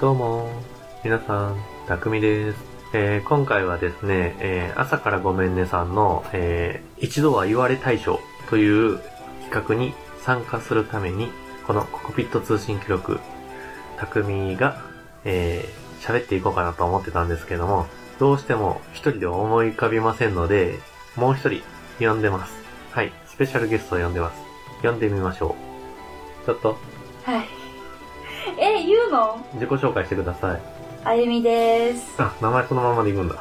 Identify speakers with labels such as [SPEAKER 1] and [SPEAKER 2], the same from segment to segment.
[SPEAKER 1] どうも、皆さん、たくみです。えー今回はですね、えー朝からごめんねさんの、えー一度は言われ大賞という企画に参加するために、このココピット通信記録、たくみが、えー喋っていこうかなと思ってたんですけども、どうしても一人で思い浮かびませんので、もう一人呼んでます。はい、スペシャルゲストを呼んでます。呼んでみましょう。ちょっと、
[SPEAKER 2] はい。え、言うの
[SPEAKER 1] 自己紹介してください。
[SPEAKER 2] あゆみです。
[SPEAKER 1] あ、名前そのままでいくんだ。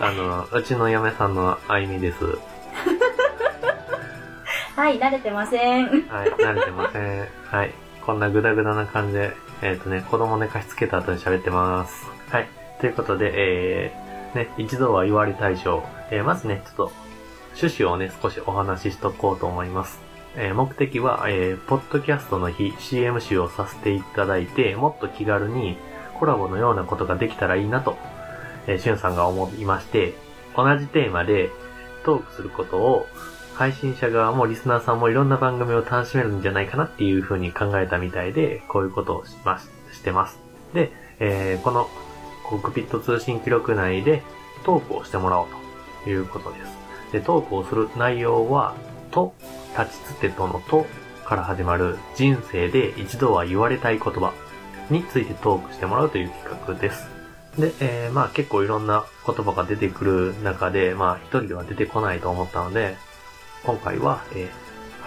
[SPEAKER 1] あの、うちの嫁さんのあゆみです。は
[SPEAKER 2] はい、慣れてません。
[SPEAKER 1] い、慣れてません。はい、こんなグダグダな感じで、えっ、とね、子供寝かしつけた後に喋ってます。はい、ということで、えー、ね、一度は言われ対象。えー、まずね、ちょっと、趣旨をね、少しお話ししとこうと思います。えー目的は、えーポッドキャストの日 CM 集をさせていただいて、もっと気軽にコラボのようなことができたらいいなと、えー、しゅんさんが思いまして、同じテーマでトークすることを、配信者側もリスナーさんもいろんな番組を楽しめるんじゃないかなっていう風に考えたみたいで、こういうことをしますしてます。で、えーこのコックピット通信記録内でトークをしてもらおうということです。で、トークをする内容は、と、立ちつてとのとから始まる人生で一度は言われたい言葉についてトークしてもらうという企画です。で、えーまあ結構いろんな言葉が出てくる中で、まあ一人では出てこないと思ったので、今回は、え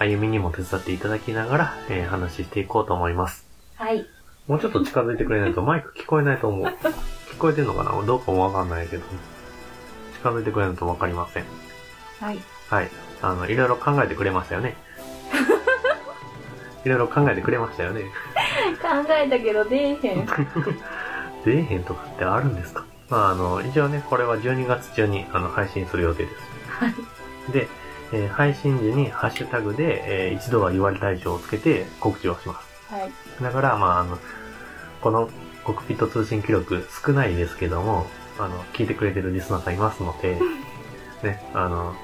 [SPEAKER 1] ー、歩みにも手伝っていただきながら、えー話していこうと思います。
[SPEAKER 2] はい。
[SPEAKER 1] もうちょっと近づいてくれないとマイク聞こえないと思う。聞こえてんのかなどうかもわかんないけど。近づいてくれないとわかりません。
[SPEAKER 2] はい。
[SPEAKER 1] はい。あの、いろいろ考えてくれましたよね。いろいろ考えてくれましたよね。
[SPEAKER 2] 考えたけど出えへん。
[SPEAKER 1] 出えへんとかってあるんですかまあ、あの、一応ね、これは12月中にあの配信する予定です。
[SPEAKER 2] はい。
[SPEAKER 1] で、えー配信時にハッシュタグで、えー一度は言われ大賞をつけて告知をします。
[SPEAKER 2] はい。
[SPEAKER 1] だから、まあ、あの、このコックピット通信記録少ないですけども、あの、聞いてくれてるリスナーさんいますので、ね、あの、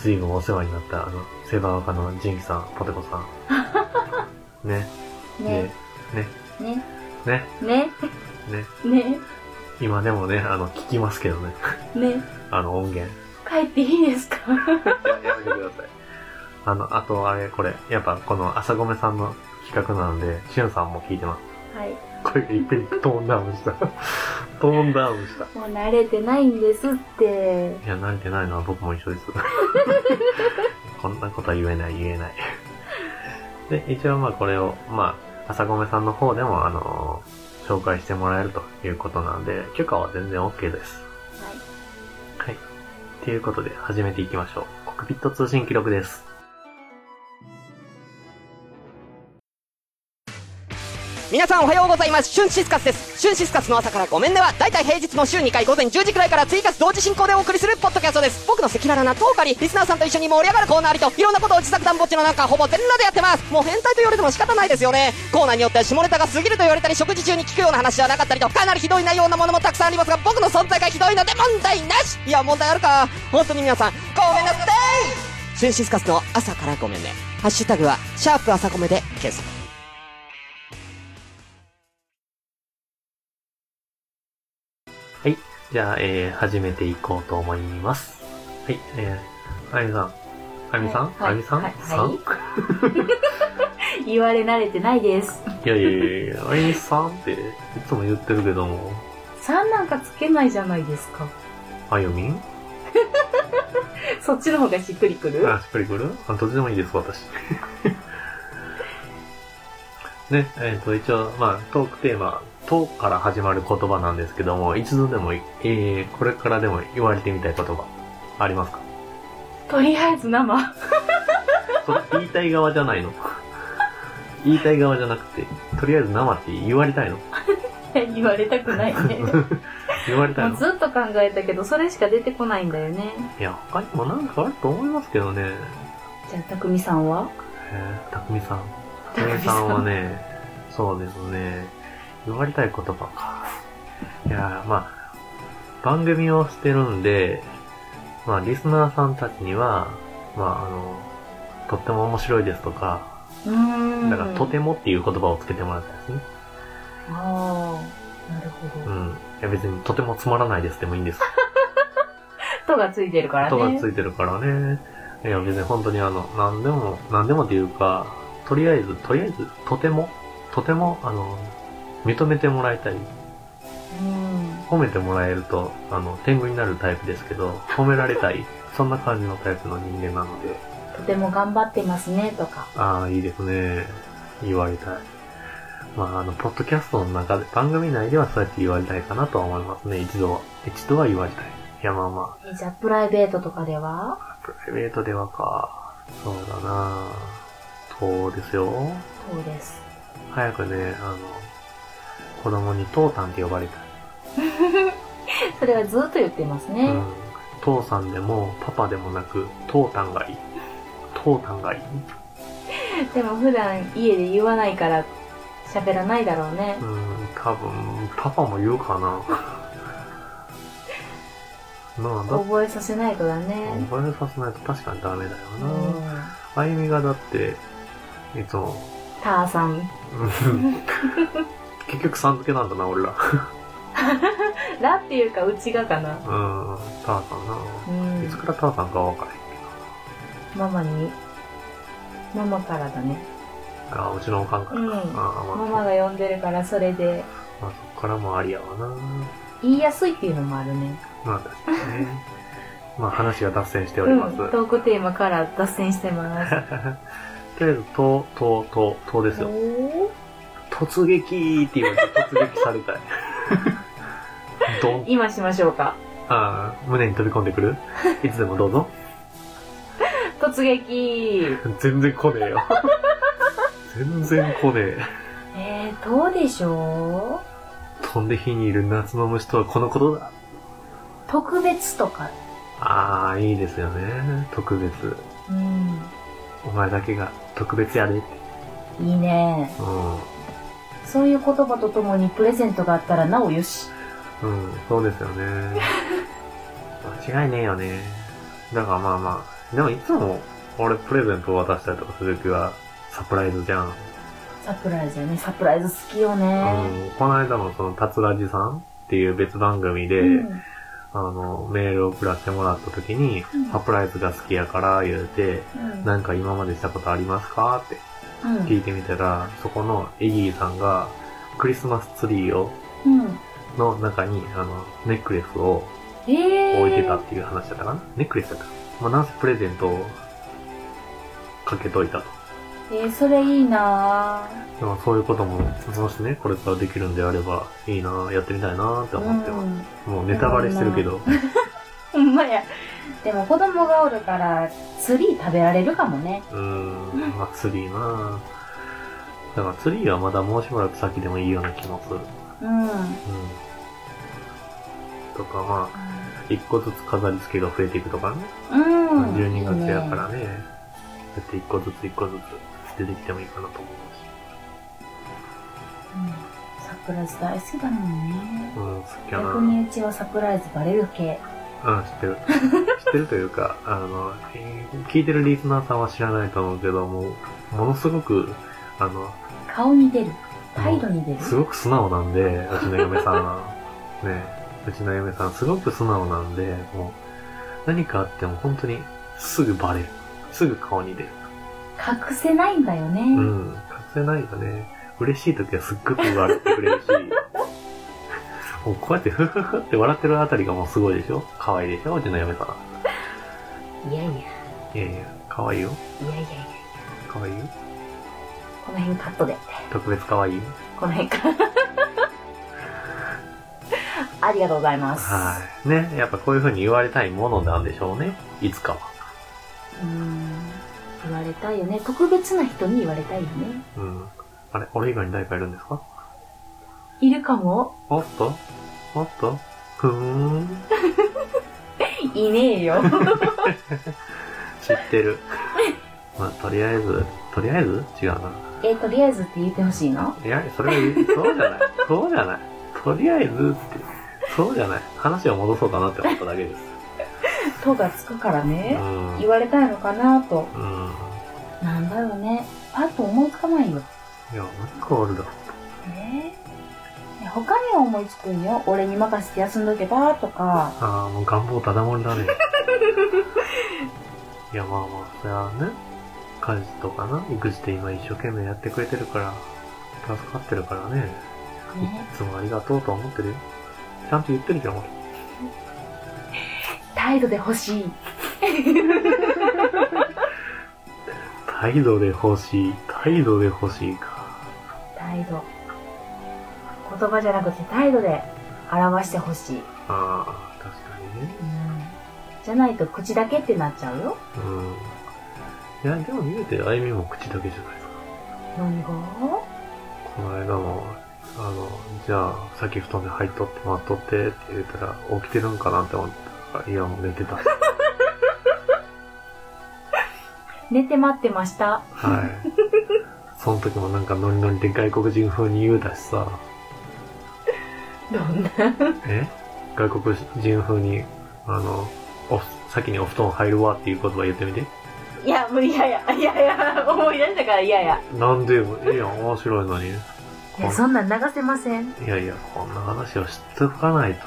[SPEAKER 1] ずいぶんお世話になった、あの、セーバーワカのジンキさん、ポテコさん。 ね、
[SPEAKER 2] ね、
[SPEAKER 1] で、ね、
[SPEAKER 2] ね、
[SPEAKER 1] ね、
[SPEAKER 2] ね、
[SPEAKER 1] ね、
[SPEAKER 2] ね、
[SPEAKER 1] 今でもね、あの、聞きますけどね、
[SPEAKER 2] ね、
[SPEAKER 1] あの音源。
[SPEAKER 2] 帰っていいですか
[SPEAKER 1] やめてください。あの、あと、あれ、これ、やっぱこの朝米さんの企画なんで、しゅんさんも聞いてます。
[SPEAKER 2] はい。
[SPEAKER 1] 声がいっぺんにトーンダウンした。トーンダウンした。
[SPEAKER 2] もう慣れてないんですって。
[SPEAKER 1] いや、慣れてないのは僕も一緒です。 こんなことは言えない、言えない。で、一応まあこれを、まあ、朝米さんの方でも、あのー紹介してもらえるということなんで、許可は全然 OK です。はい。ということで、始めていきましょう。コックピット通信記録です。
[SPEAKER 3] 皆さんおはようございます。春シスカスです。春シスカスの朝からごめんねは、だいたい平日の週2回午前10時くらいから追加同時進行でお送りするポッドキャストです。僕の赤裸々なトークあり、リスナーさんと一緒に盛り上がるコーナーありと、いろんなことを自作団ぼっちの中、ほぼ全裸でやってます。もう変態と言われても仕方ないですよね。コーナーによっては下ネタが過ぎると言われたり、食事中に聞くような話じゃなかったりと、かなりひどい内容なものもたくさんありますが、僕の存在がひどいので問題なしいや、問題あるか。本当に皆さん、ごめんなさい春シスカスの朝からごめんね。ハッシュタグは、シャープ朝コメで検索。
[SPEAKER 1] じゃあ、えー、始めていこうと思います。はい、えー、あゆみさん。あゆみさん、あ
[SPEAKER 2] はい
[SPEAKER 1] ゆみさん、
[SPEAKER 2] はい
[SPEAKER 1] さん、
[SPEAKER 2] はい言われ慣れてないです。
[SPEAKER 1] いやいやいやいや、あゆみさんっていつも言ってるけども、
[SPEAKER 2] さんなんかつけないじゃないですか。
[SPEAKER 1] あゆみん
[SPEAKER 2] そっちの方がしっくりくる
[SPEAKER 1] あ、しっくりくるあどっちでもいいです、私。 ね、えっ、と、一応、まあ、トークテーマ、とから始まる言葉なんですけども、一度でもい、えー、これからでも言われてみたい言葉、ありますか
[SPEAKER 2] とりあえず生。
[SPEAKER 1] そう言いたい側じゃないの。 言いたい側じゃなくて、とりあえず生って言われたいの。
[SPEAKER 2] 言われたくないね。も
[SPEAKER 1] 言われたいの
[SPEAKER 2] う。ずっと考えたけど、それしか出てこないんだよね。
[SPEAKER 1] いや、他にもなんかあると思いますけどね。
[SPEAKER 2] じゃあ、たくみさんは
[SPEAKER 1] えー、たくみさん。たく
[SPEAKER 2] たく
[SPEAKER 1] み
[SPEAKER 2] み
[SPEAKER 1] さ
[SPEAKER 2] さん
[SPEAKER 1] んはね、そうですね、言われたい言葉か。いやー、まあ、番組をしてるんで、まあ、リスナーさんたちには、まあ、あの、とっても面白いですとか、
[SPEAKER 2] うーん。
[SPEAKER 1] だから、とてもっていう言葉をつけてもらったんですね。
[SPEAKER 2] ああ、なるほど。
[SPEAKER 1] うん。いや別にとてもつまらないですでもいいんです。
[SPEAKER 2] とがついてるからね。
[SPEAKER 1] 音がついてるからね。いや別に本当にあの、何でも、何でもっていうか、とりあえず、とりあえず、とても、とても、あの、認めてもらいたい。
[SPEAKER 2] うん。
[SPEAKER 1] 褒めてもらえると、あの、天狗になるタイプですけど、褒められたい。 そんな感じのタイプの人間なので、
[SPEAKER 2] とても頑張ってますね、とか。
[SPEAKER 1] ああ、いいですね。言われたい。まあ、あの、ポッドキャストの中で、番組内ではそうやって言われたいかなとは思いますね、一度は。一度は言われたい。いや、まあま
[SPEAKER 2] えじゃあ、プライベートとかでは
[SPEAKER 1] あ、プライベートではか。そうだなそうですよ。
[SPEAKER 2] そうです。
[SPEAKER 1] 早くね、あの、子供に父さんって呼ばれたい。
[SPEAKER 2] それはずっと言ってますね。
[SPEAKER 1] うん。父さんでもパパでもなく、父さんがいい。父さんがいい。
[SPEAKER 2] でも普段家で言わないから喋らないだろうね
[SPEAKER 1] う。ん、多分、パパも言うかな。 なあ、だっ
[SPEAKER 2] 覚えさせないとだ
[SPEAKER 1] て、
[SPEAKER 2] ね。
[SPEAKER 1] 覚えさせないと確かにダメだよ
[SPEAKER 2] う
[SPEAKER 1] な。
[SPEAKER 2] ん。
[SPEAKER 1] あゆみがだって、いつも、
[SPEAKER 2] ターさん。
[SPEAKER 1] うん 結局さん付けなんだな、俺ら。
[SPEAKER 2] だっていうか、うちがかな
[SPEAKER 1] うん、。ターさん
[SPEAKER 2] う
[SPEAKER 1] な。い
[SPEAKER 2] ん
[SPEAKER 1] つ。からターさんかわからへんけ
[SPEAKER 2] ママに。ママからだね。
[SPEAKER 1] ど。あ、うちのおかんからか。
[SPEAKER 2] う
[SPEAKER 1] あ
[SPEAKER 2] ん
[SPEAKER 1] まあ
[SPEAKER 2] ママが呼んでるから、それで。
[SPEAKER 1] まあそこからもありやわな。
[SPEAKER 2] 言いやすいっていうのもあるね。
[SPEAKER 1] まあ確かにね。まあ話が脱線しており
[SPEAKER 2] うん
[SPEAKER 1] ます。。と
[SPEAKER 2] トークテーマから脱線してま す。
[SPEAKER 1] りあえず、と、と、と、とですよ。
[SPEAKER 2] おー
[SPEAKER 1] 突撃って言われて突撃されたい。どん、
[SPEAKER 2] 今しましょうか。
[SPEAKER 1] ああ、胸に飛び込んでくるいつでもどうぞ。
[SPEAKER 2] 突撃。
[SPEAKER 1] 全然来ねえよ。全然来ねえ。
[SPEAKER 2] えー、どうでしょう
[SPEAKER 1] 飛んで火にいる夏の虫とはこのことだ。
[SPEAKER 2] 特別とか。
[SPEAKER 1] ああ、いいですよね。特別。
[SPEAKER 2] うん。
[SPEAKER 1] お前だけが特別やで。うん。
[SPEAKER 2] いいね。そういう言葉とともにプレゼントがあったらなおよし。
[SPEAKER 1] うん、そうですよね。 間違いねえよね。だからまあまあ、でもいつも俺プレゼントを渡したりとかするときはサプライズじゃん。うん、
[SPEAKER 2] サプライズよね。サプライズ好きよね。
[SPEAKER 1] この間のその、たつらじさんっていう別番組で、
[SPEAKER 2] うん
[SPEAKER 1] あの、メールを送らせてもらったときに、
[SPEAKER 2] うん
[SPEAKER 1] サプライズが好きやから言うて、
[SPEAKER 2] うん
[SPEAKER 1] なんか今までしたことありますかって
[SPEAKER 2] うん
[SPEAKER 1] 聞いてみたら、そこのエギーさんが、クリスマスツリーを、
[SPEAKER 2] うん。
[SPEAKER 1] の中に、あの、ネックレスを
[SPEAKER 2] えー。
[SPEAKER 1] 置いてたっていう話だったかな。ネックレスだったかな。まあ、なんせプレゼントをかけといたと。
[SPEAKER 2] えー、それいいな
[SPEAKER 1] でもそういうことも、もしね、これからできるんであれば、いいなやってみたいなって
[SPEAKER 2] ぁ。
[SPEAKER 1] 思って
[SPEAKER 2] う
[SPEAKER 1] ます。
[SPEAKER 2] ん。
[SPEAKER 1] もうネタバレしてるけど、
[SPEAKER 2] ほんまや。でも子供がおるから、ツリー食べられるかもね。
[SPEAKER 1] うーん、まあ、ツリーなだからツリーはまだもうしばらく先でもいいような気もする。うん。
[SPEAKER 2] うん。
[SPEAKER 1] とか、まあ、一個ずつ飾り付けが増えていくとかね。
[SPEAKER 2] うん。
[SPEAKER 1] 12月やから
[SPEAKER 2] い
[SPEAKER 1] ね。だって一個ずつ一個ずつ出てきてもいいかなと思うし。
[SPEAKER 2] いね。うんサプライズ大好きだもんね。
[SPEAKER 1] うん、好きやな。
[SPEAKER 2] 逆にうちはサプライズバレる系。
[SPEAKER 1] うん、知ってる。 知ってるというか、あの、えー聞いてるリスナーさんは知らないと思うけども、ものすごく、あの、
[SPEAKER 2] 顔に出る。態度に出る。
[SPEAKER 1] すごく素直なんで、うちの嫁さんは。 ね、うちの嫁さんすごく素直なんで、もう、何かあっても本当にすぐバレる。すぐ顔に出る。
[SPEAKER 2] 隠せないんだよね。
[SPEAKER 1] うん、隠せないよね。嬉しい時はすっごく笑ってくれるし、 もうこうやってふふふって笑ってるあたりがもうすごいでしょ可愛いでしょうちの嫁さ
[SPEAKER 2] いやいや、い
[SPEAKER 1] ん。いやいや、可愛いよ。
[SPEAKER 2] やいやいや、
[SPEAKER 1] 可愛いよ。
[SPEAKER 2] この辺カットで。
[SPEAKER 1] 特別可愛い
[SPEAKER 2] この辺か。 ありがとうございます。
[SPEAKER 1] はい。ね、やっぱこういう風に言われたいものなんでしょうね。いつかは。
[SPEAKER 2] うん。言われたいよね。特別な人に言われたいよね。
[SPEAKER 1] うん。あれ、俺以外に誰かいるんですか
[SPEAKER 2] いるかも
[SPEAKER 1] おっとおっとふーん。
[SPEAKER 2] いね えよ。
[SPEAKER 1] 知ってる。まあ、とりあえず、とりあえず違うな。
[SPEAKER 2] えとりあえずって言ってほしい の
[SPEAKER 1] いや、それは言う、そうじゃない。そうじゃない。とりあえずって、そうじゃない。話を戻そうかなって思っただけです。
[SPEAKER 2] とがつくから
[SPEAKER 1] う
[SPEAKER 2] ね。
[SPEAKER 1] ん。う
[SPEAKER 2] 言われたいのかなと。
[SPEAKER 1] ん。
[SPEAKER 2] なんだろうね。パッと思いつかないよ。
[SPEAKER 1] いや、なんかあるだろう。
[SPEAKER 2] え他には思いつくんよ。俺に任せて休んどけばとか。
[SPEAKER 1] ああ、もう願望ただもんだね。 いや、まあまあ、それはね、家事とかな、育児で今一生懸命やってくれてるから、助かってるからね、
[SPEAKER 2] ね、
[SPEAKER 1] いつもありがとうとは思ってるよ。ちゃんと言ってるじゃん、俺。
[SPEAKER 2] 態度で欲しい。
[SPEAKER 1] 態度で欲しい、態度で欲しいか。
[SPEAKER 2] 態度。言葉じゃなくて態度で表してほしい。
[SPEAKER 1] ああ、確かにね。
[SPEAKER 2] じゃないと口だけってなっちゃうよ。
[SPEAKER 1] うん。いや、でも見えて、あゆみも口だけじゃないですか。
[SPEAKER 2] 何が
[SPEAKER 1] この間も、あの、じゃあ、さっき布団で入っとって待っとってって言ったら、起きてるんかなって思ったら、いや、もう寝てた。
[SPEAKER 2] 寝て待ってました。
[SPEAKER 1] はい。その時もなんかノリノリで外国人風に言うたしさ、
[SPEAKER 2] どんな
[SPEAKER 1] え外国人風に、あの、お、先にお布団入るわっていう言葉言ってみて。
[SPEAKER 2] いや、無理やや。いやいや、思い出したから嫌や。
[SPEAKER 1] なんでよ、ええやん、面白いのに。
[SPEAKER 2] いや、そんなん流せません。
[SPEAKER 1] いやいや、こんな話を知っておかないと。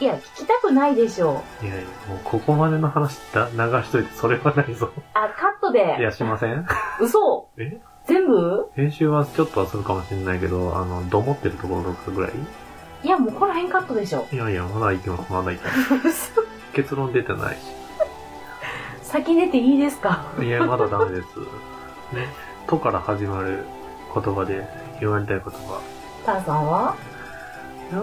[SPEAKER 2] いや、聞きたくないでしょう。
[SPEAKER 1] いやいや、もうここまでの話だ流しといてそれはないぞ。
[SPEAKER 2] あ、カット
[SPEAKER 1] い
[SPEAKER 2] で。
[SPEAKER 1] や、しません。
[SPEAKER 2] 嘘
[SPEAKER 1] え
[SPEAKER 2] 全部
[SPEAKER 1] 編集はちょっとはするかもしれないけど、あの、どもってるところとかぐらい
[SPEAKER 2] いや、もうこの辺カットでしょ。
[SPEAKER 1] いやいや、まだいきます、まだいきます。
[SPEAKER 2] 嘘
[SPEAKER 1] 結論出てないし。
[SPEAKER 2] 先出ていいですか
[SPEAKER 1] いや、まだダメです。ね。とから始まる言葉で言われたい言葉。
[SPEAKER 2] ターさんはい
[SPEAKER 1] や、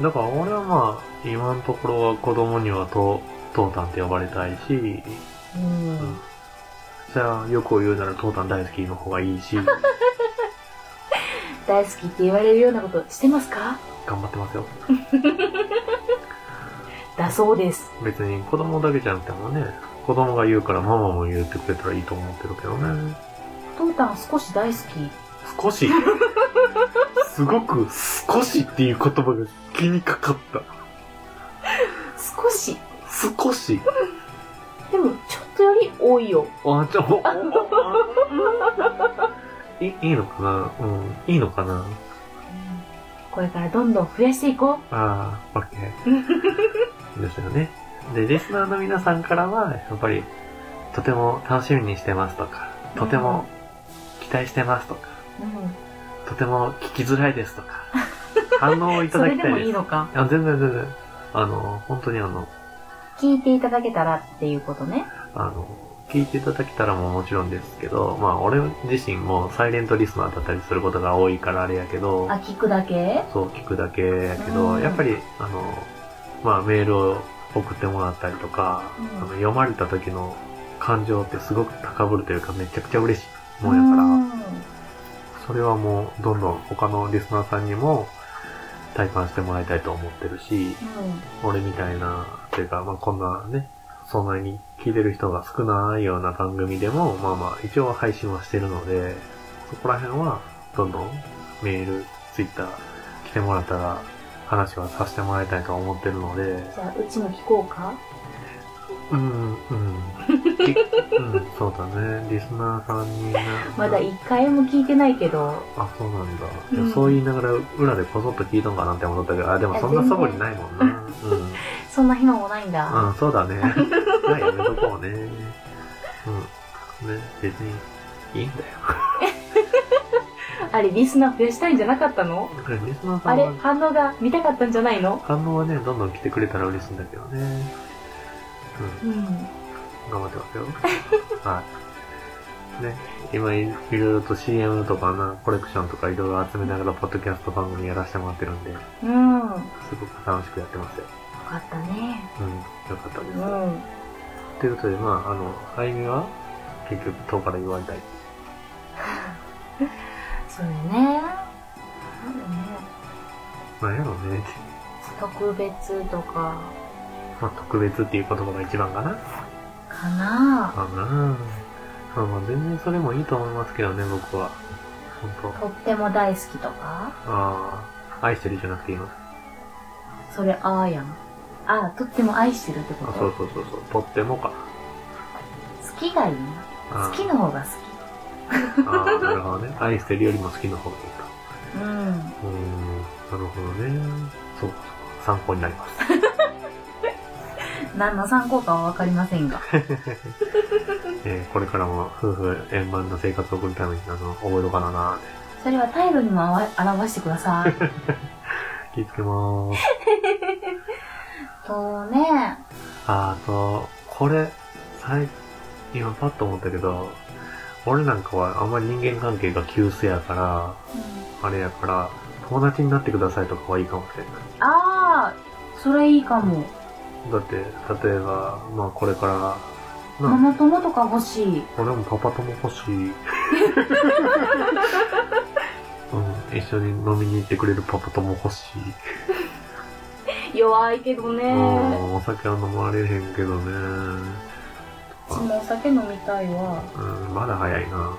[SPEAKER 1] だから俺はまあ、今のところは子供にはと、父たんって呼ばれたいし、
[SPEAKER 2] うん。
[SPEAKER 1] じゃあ、よく言うなら父たん大好きの方がいいし、
[SPEAKER 2] 大好きって言われるようなことしてますか
[SPEAKER 1] 頑張ってますよ。
[SPEAKER 2] だそうです。
[SPEAKER 1] 別に子供だけじゃなくてもね、子供が言うからママも言ってくれたらいいと思ってるけどね。
[SPEAKER 2] トータン少し大好き。
[SPEAKER 1] 少し、すごく少しっていう言葉が気にかかった。
[SPEAKER 2] 少し。
[SPEAKER 1] 少し。
[SPEAKER 2] でも、ちょっとより多いよ。
[SPEAKER 1] あ、ちょ、おおいいいのかなうん。いいのかな
[SPEAKER 2] これからどんどん増やしていこ
[SPEAKER 1] ああ、オッケー。ですよね。で、リスナーの皆さんからは、やっぱり、とても楽しみにしてますとか、とても期待してますとか、
[SPEAKER 2] う。うん。
[SPEAKER 1] とても聞きづらいですと か、反応をいた
[SPEAKER 2] そ
[SPEAKER 1] だ
[SPEAKER 2] れ
[SPEAKER 1] き
[SPEAKER 2] で
[SPEAKER 1] たい
[SPEAKER 2] も
[SPEAKER 1] です。
[SPEAKER 2] いいのか。
[SPEAKER 1] あ全然全然。あの、本当にあの、
[SPEAKER 2] 聞いていただけたらっていうことね。
[SPEAKER 1] あの、聞いていただけたらももちろんですけど、まあ俺自身もサイレントリスナーだったりすることが多いからあれやけど、
[SPEAKER 2] あ、聞くだけ
[SPEAKER 1] そう聞くだけやけど、
[SPEAKER 2] うん
[SPEAKER 1] やっぱり、あの、まあメールを送ってもらったりとか、
[SPEAKER 2] うん
[SPEAKER 1] あの読まれた時の感情ってすごく高ぶるというかめちゃくちゃ嬉しいもんやから、それはもうどんどん他のリスナーさんにも体感してもらいたいと思ってるし、
[SPEAKER 2] ら。うん。
[SPEAKER 1] 俺みたいな、というか、まあこんなね、そんなに聞いてる人が少ないような番組でも、まあまあ一応配信はしてるので、そこら辺はどんどんメール、ツイッター来てもらったら話はさせてもらいたいと思ってるので、
[SPEAKER 2] じゃあ、うちも聞こうか
[SPEAKER 1] うん、うん。きうん、そうだね。リスナーさんにな。
[SPEAKER 2] まだ一回も聞いてないけど、
[SPEAKER 1] あ、そうなんだ。いや
[SPEAKER 2] うん
[SPEAKER 1] そう言いながら裏でこそっと聞いたんかなって思ったけど、あ、でもそんな素振りないもん な。うん。
[SPEAKER 2] そんな暇もないんだ。
[SPEAKER 1] うん、そうだ ね。まあやめとこうね。うん。ね、別に、いいんだよ。
[SPEAKER 2] あれ、リスナー増やしたいんじゃなかったの
[SPEAKER 1] だから、リスナーさ
[SPEAKER 2] あ
[SPEAKER 1] ん
[SPEAKER 2] れ、
[SPEAKER 1] は、
[SPEAKER 2] 反応が見たかったんじゃないの
[SPEAKER 1] 反応はね、どんどん来てくれたら嬉しいんだけどね。う
[SPEAKER 2] うん。
[SPEAKER 1] ん、頑張ってます よ。はい。ね、今い、いろいろと CM とかな、コレクションとかいろいろ集めながら、ポッドキャスト番組やらせてもらってるんで、
[SPEAKER 2] うん。よ
[SPEAKER 1] すごく楽しくやってますよ。
[SPEAKER 2] かったね。
[SPEAKER 1] うん、よかったで
[SPEAKER 2] う
[SPEAKER 1] す。
[SPEAKER 2] ん。
[SPEAKER 1] ということで、まあ、あの、あゆみは、結局、党から言われたい。
[SPEAKER 2] そうだね。なんだね。
[SPEAKER 1] なんやろうねって。
[SPEAKER 2] 特別とか、
[SPEAKER 1] まあ、特別っていう言葉が一番かな。
[SPEAKER 2] かな
[SPEAKER 1] かなぁ。まあまあ全然それもいいと思いますけどね、僕は。本
[SPEAKER 2] とっても大好きとか
[SPEAKER 1] 当。ああ、愛してるじゃなくていいのあ、
[SPEAKER 2] それ、あーやん。あー、とっても愛してるってこと
[SPEAKER 1] そうそうそうそう。とってもか。
[SPEAKER 2] 好きがいいな。
[SPEAKER 1] あ
[SPEAKER 2] 好きの方が好き。
[SPEAKER 1] あー、なるほどね。愛してるよりも好きの方がいいか。
[SPEAKER 2] うん。
[SPEAKER 1] うーん、なるほどね。そうかそうか参考になります。
[SPEAKER 2] 何の参考かはわかりませんが。
[SPEAKER 1] えーこれからも夫婦円満な生活を送るために、あの、覚えとかななーって
[SPEAKER 2] それは態度にもあわ表してくださ い。
[SPEAKER 1] 気ぃつけまーす。
[SPEAKER 2] とね、
[SPEAKER 1] あーと、これ、最、今パッと思ったけど、俺なんかはあんまり人間関係が急須やから、あれやから、友達になってくださいとかはいいかもしれない。
[SPEAKER 2] ああ、それいいかも。
[SPEAKER 1] だって、例えば、まあこれから、
[SPEAKER 2] マ
[SPEAKER 1] な、
[SPEAKER 2] マ友とか欲しい。
[SPEAKER 1] 俺もパパ友欲しい。 うん、一緒に飲みに行ってくれるパパ友欲しい。
[SPEAKER 2] 弱いけどね。
[SPEAKER 1] うん、お酒は飲まれへんけどね。
[SPEAKER 2] うちもお酒飲みたいわ。
[SPEAKER 1] うん、まだ早い な。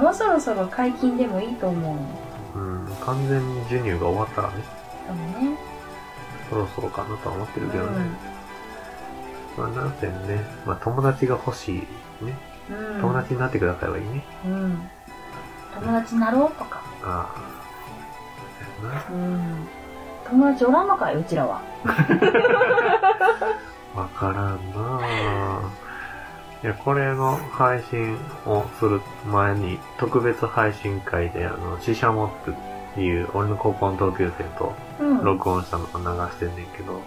[SPEAKER 2] もうそろそろ解禁でもいいと思うの。
[SPEAKER 1] うん、うん完全に授乳が終わったらね、
[SPEAKER 2] でもね。
[SPEAKER 1] そろそろかなとは思ってるけど
[SPEAKER 2] う
[SPEAKER 1] ね
[SPEAKER 2] ん。
[SPEAKER 1] まあ、なんせね、まあ、友達が欲しい。ね、
[SPEAKER 2] うん
[SPEAKER 1] 友達になってくださいはいいね。
[SPEAKER 2] うん。友達になろうとか。
[SPEAKER 1] ああ。だよな
[SPEAKER 2] うん。友達おらんのかい、うちらは。
[SPEAKER 1] わからんなぁ。いや、これの配信をする前に、特別配信会で、あの、シシャモっていう、俺の高校の同級生と
[SPEAKER 2] うん。うん。
[SPEAKER 1] 録音したのを流してんねんけど、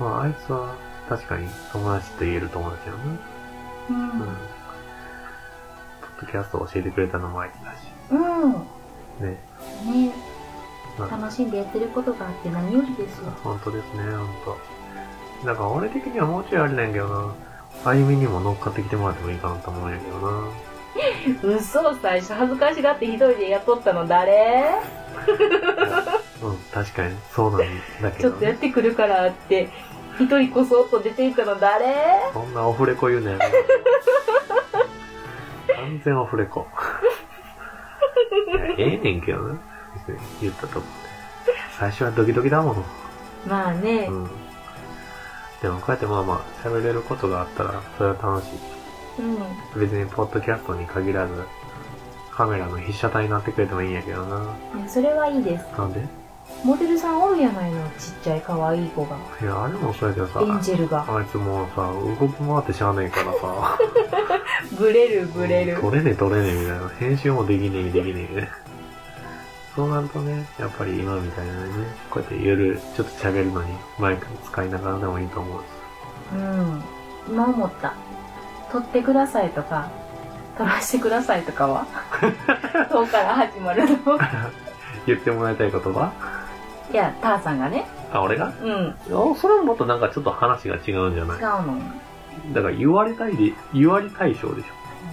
[SPEAKER 1] まあ、あいつは確かに友達と言える友達やね。
[SPEAKER 2] うん
[SPEAKER 1] うん。ポッドキャストを教えてくれたのもあいつだし。
[SPEAKER 2] う
[SPEAKER 1] ね。
[SPEAKER 2] ん。ね
[SPEAKER 1] まあ
[SPEAKER 2] 楽しんでやってることがあって何よりですよ。
[SPEAKER 1] 本当ですね、本当。だから俺的にはもうちょいあれなんやけどな。歩みにも乗っかってきてもらってもいいかなと思うんやけど な。
[SPEAKER 2] 嘘、最初恥ずかしがって一人で雇ったの誰
[SPEAKER 1] うん、確かに、そうなんだけど、ね。
[SPEAKER 2] てくるからって、一人こそっと出ていったの誰
[SPEAKER 1] そんなオフレコ言うねん。完全オフレ コ。いやええねんけどな。別に言ったと思って。最初はドキドキだもの。
[SPEAKER 2] まあ
[SPEAKER 1] う
[SPEAKER 2] ね、
[SPEAKER 1] ん。でもこうやってまあまあ喋れることがあったら、それは楽しい。
[SPEAKER 2] うん。
[SPEAKER 1] 別にポッドキャストに限らず、カメラの被写体になってくれてもいいんやけどな。
[SPEAKER 2] それはいいです。
[SPEAKER 1] なんで
[SPEAKER 2] モデルさんおるやないの、ちっちゃい可愛い子が。
[SPEAKER 1] いや、あれもそうやけどさ
[SPEAKER 2] エ、ンジェルが。
[SPEAKER 1] あいつもうさ、動き回ってしゃあねえからさ。
[SPEAKER 2] ブレる、
[SPEAKER 1] 取れねえ取れねえみたいな。編集もできねえできねえ。そうなるとね、やっぱり今みたいなね、こうやって夜ちょっと喋るのにマイク使いながらでもいいと思う。
[SPEAKER 2] うん。今思った。撮ってくださいとか、撮らせてくださいとか はそうから始まるの。
[SPEAKER 1] 言ってもらいたい言葉
[SPEAKER 2] いや、ターさんがね。
[SPEAKER 1] あ、俺が
[SPEAKER 2] うん。
[SPEAKER 1] いやそれもまたなんかちょっと話が違うんじゃな
[SPEAKER 2] 違う
[SPEAKER 1] い
[SPEAKER 2] の。
[SPEAKER 1] だから言われたいで、言われたい象でし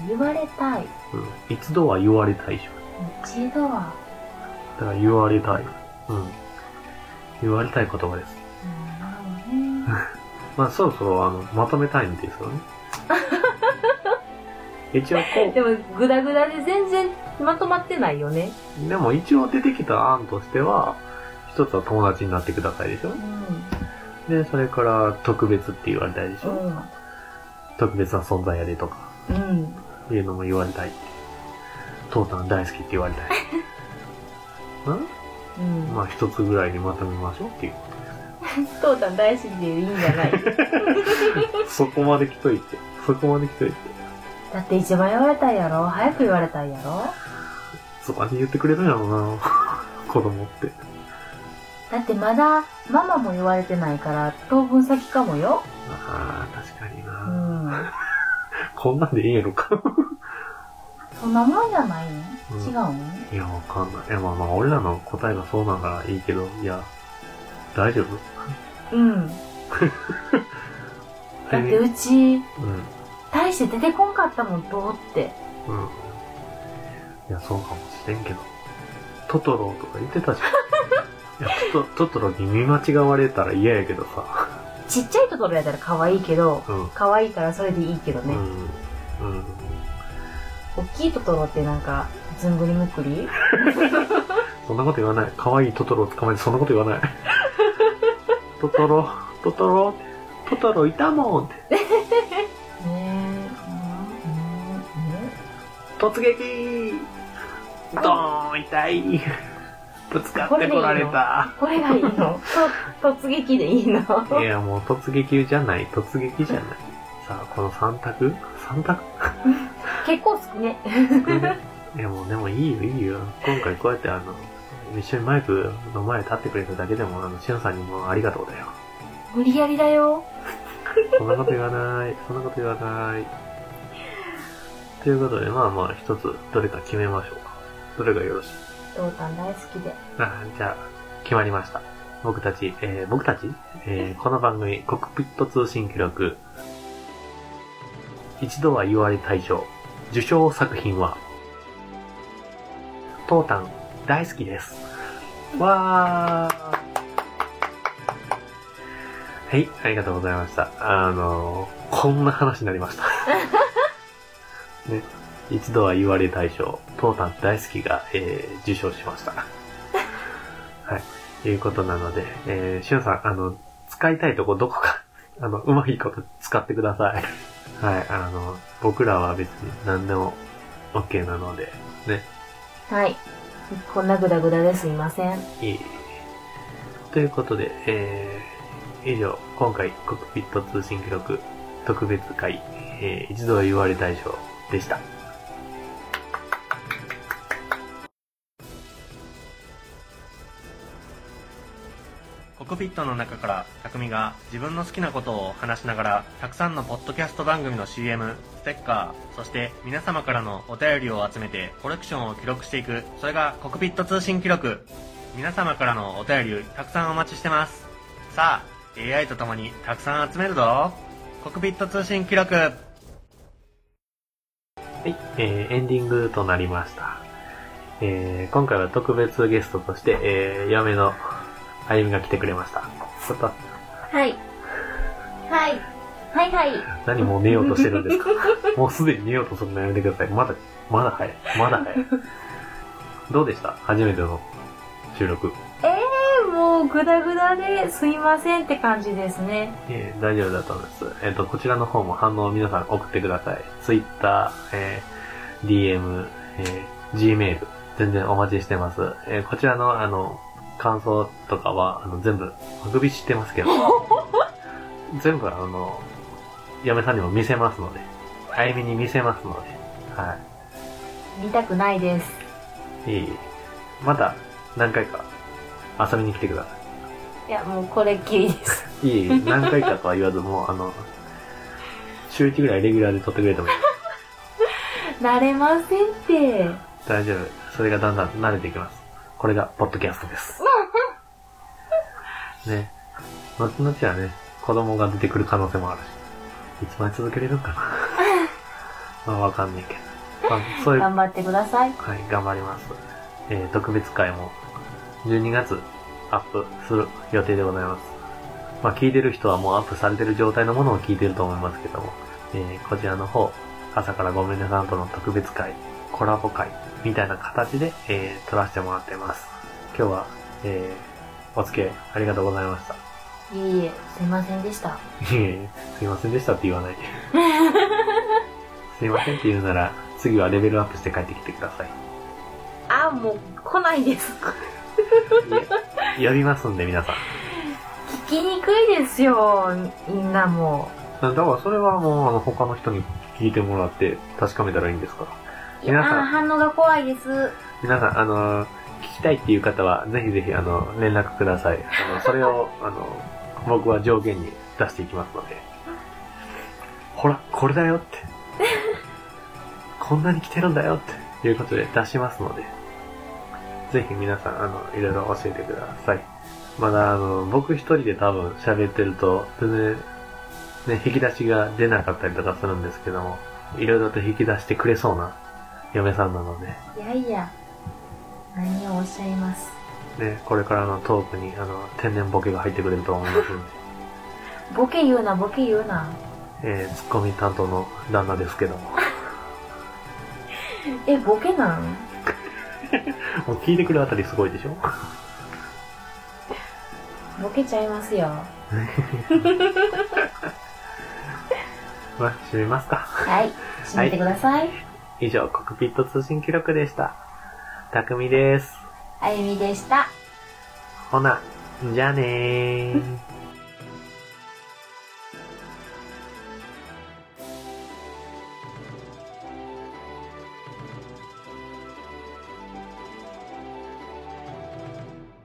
[SPEAKER 2] 言われたい。
[SPEAKER 1] ょ。うん。一度は言われたい象。
[SPEAKER 2] 一度は。
[SPEAKER 1] だから言われたい。うん。言われたい言葉です。
[SPEAKER 2] うんなるほどね。
[SPEAKER 1] まあそろそろあの、まとめたいんですよね。一応こ う。
[SPEAKER 2] でも、グダグダで全然まとまってないよね。
[SPEAKER 1] でも一応出てきた案としては、一つは友達になってくださいでしょ
[SPEAKER 2] うん。
[SPEAKER 1] で、それから特別って言われたいでしょ、
[SPEAKER 2] うん。
[SPEAKER 1] 特別な存在やでとか、
[SPEAKER 2] うん。
[SPEAKER 1] いうのも言われたいって。父さん大好きって言われたい。
[SPEAKER 2] う
[SPEAKER 1] うん
[SPEAKER 2] ん。
[SPEAKER 1] まあ一つぐらいにまとめましょうっていう。
[SPEAKER 2] 父さん大好きでいいんじゃない
[SPEAKER 1] そこまで来といて。そこまで来といて。
[SPEAKER 2] だって一番言われたいやろ早く言われたいやろ
[SPEAKER 1] そこまで言ってくれるんやろうな 子供って。
[SPEAKER 2] だってまだママも言われてないから当分先かもよ。
[SPEAKER 1] ああ、確かに
[SPEAKER 2] う
[SPEAKER 1] な、
[SPEAKER 2] ん。
[SPEAKER 1] こんなんでいいんやろか。
[SPEAKER 2] そんなもんじゃないの、
[SPEAKER 1] うん
[SPEAKER 2] 違うの
[SPEAKER 1] いや、わかんない。いや、まあまあ俺らの答えがそうなんからいいけど、いや、大丈夫
[SPEAKER 2] うん。だってうち、
[SPEAKER 1] うん。
[SPEAKER 2] 大して出てこんかったもん、どうって。
[SPEAKER 1] うん。いや、そうかもしれんけど。トトロとか言ってた じゃん。いや、トトトトロに見間違われたら嫌やけどさ。
[SPEAKER 2] ちっちゃいところやったら可愛いけど、
[SPEAKER 1] うん。
[SPEAKER 2] 可愛いからそれでいいけど
[SPEAKER 1] う
[SPEAKER 2] ね。
[SPEAKER 1] ん。うん。
[SPEAKER 2] 大きいところってなんか、ずんぐりむっくり
[SPEAKER 1] そんなこと言わない。可愛いトトロを捕まえてそんなこと言わない。 トトロ、トトロ、トトロいたもんって。
[SPEAKER 2] ねえ。うんうん
[SPEAKER 1] 突撃ドーン痛いぶつかってこられた
[SPEAKER 2] これがいいのと突撃でいいの
[SPEAKER 1] いやもう突撃じゃない突撃じゃないさあこの3択3択
[SPEAKER 2] 結構好きね
[SPEAKER 1] いやもうでもいいよいいよ今回こうやってあの一緒にマイクの前に立ってくれただけでもあのしのさんにもありがとうだよ
[SPEAKER 2] 無理やりだよ
[SPEAKER 1] そんなこと言わないそんなこと言わないということでまあまあ一つどれか決めましょうかどれがよろしい
[SPEAKER 2] どうたん大好きで
[SPEAKER 1] あじゃあ決まりました僕たち、えー僕たち、えーこの番組コックピット通信記録一度は言われ大賞受賞作品はトータン大好きですわーはい、ありがとうございました。あのー、こんな話になりました。 ね、一度は言われ大賞、トータン大好きが、えー受賞しました。はい、いうことなので、えー、しゅんさん、あの、使いたいとこどこか、 あの、うまいこと使ってください。はい、あの、僕らは別に何でも OK なので、ね、
[SPEAKER 2] はいこんなグダグダですいません
[SPEAKER 1] いい。ということで、えー、以上、今回、コックピット通信記録特別会、えー、一度は言われ大賞でした。
[SPEAKER 4] コクピットの中から匠が自分の好きなことを話しながらたくさんのポッドキャスト番組の CM ステッカーそして皆様からのお便りを集めてコレクションを記録していくそれがコクピット通信記録皆様からのお便りたくさんお待ちしてますさあ AI とともにたくさん集めるぞコクピット通信記録
[SPEAKER 1] はい、えーエンディングとなりました。えー今回は特別ゲストとして、えー、やめのあゆみが来てくれました。ちょっと、
[SPEAKER 2] はいはいはいはい
[SPEAKER 1] 何もう寝ようとしてるんですかもうすでに寝ようとするのやめてください。まだ、まだ早い。まだ早い。どうでした初めての収録。
[SPEAKER 2] えー、もうグダグダですいませんって感じですね
[SPEAKER 1] えー大丈夫だと思います。えっ、と、こちらの方も反応を皆さん送ってください。Twitter、えー DM、えー Gmail、全然お待ちしてます。えーこちらの、あの、感想とかは、あの、全部、あくびしてますけど、全部、あの、嫁さんにも見せますので、あゆみに見せますので、はい。
[SPEAKER 2] 見たくないです
[SPEAKER 1] いいまた何回か遊びに来てくださ
[SPEAKER 2] いやもうこれっきりです
[SPEAKER 1] い。いい 何回かとは言わず、もうあの、週1ぐらいレギュラーで撮ってくれてもいい。
[SPEAKER 2] 慣れませんって
[SPEAKER 1] 大丈夫。それがだんだん慣れていきます。これがポッドキャストです。ね。後々はね、子供が出てくる可能性もあるし。いつまで続けれるんかな。まあわかんないけど。まあ、そういう
[SPEAKER 2] 頑張ってください
[SPEAKER 1] はい、頑張ります。えー特別会も12月アップする予定でございます。まあ、聞いてる人はもうアップされてる状態のものを聞いてると思いますけども、えーこちらの方、朝からごめんねさんとの特別会、コラボ会みたいな形で、えー撮らせてもらってます。今日は、えーお付き合いありがとうございました。
[SPEAKER 2] いえいえすいませんでした
[SPEAKER 1] いえいえすいませんでしたって言わない。すいませんって言うなら、次はレベルアップして帰ってきてください。
[SPEAKER 2] あもう来ないです
[SPEAKER 1] いえ呼びますんで皆さん。
[SPEAKER 2] 聞きにくいですよみんなも
[SPEAKER 1] だからそれはもうあの他の人に聞いてもらって確かめたらいいんですから。
[SPEAKER 2] いや
[SPEAKER 1] 皆さん
[SPEAKER 2] あー反応が怖いです
[SPEAKER 1] 皆さん、あの、聞きたいっていう方はぜひぜひあの、連絡ください。あの、それを、あの、僕は条件に出していきますので。ほら、これだよって。こんなに来てるんだよっていうことで出しますので。ぜひ皆さん、あの、いろいろ教えてください。まだ、あの、僕一人で多分喋ってると、全然、ね、引き出しが出なかったりとかするんですけども、いろいろと引き出してくれそうな嫁さんなので、
[SPEAKER 2] いやいや何をおっしゃいます
[SPEAKER 1] ね、これからのトークに、あの、天然ボケが入ってくれると思いますので、
[SPEAKER 2] ボケ言うなボケ言うな
[SPEAKER 1] えー、ツッコミ担当の旦那ですけども、
[SPEAKER 2] えボケなん
[SPEAKER 1] もう聞いてくるあたりすごいでしょ
[SPEAKER 2] ボケちゃいますよ
[SPEAKER 1] まあ、閉めますか。
[SPEAKER 2] はい閉めてください、
[SPEAKER 1] 以上、コックピット通信記録でした。たくみです。
[SPEAKER 2] あゆみでした。
[SPEAKER 1] ほな、じゃあねー。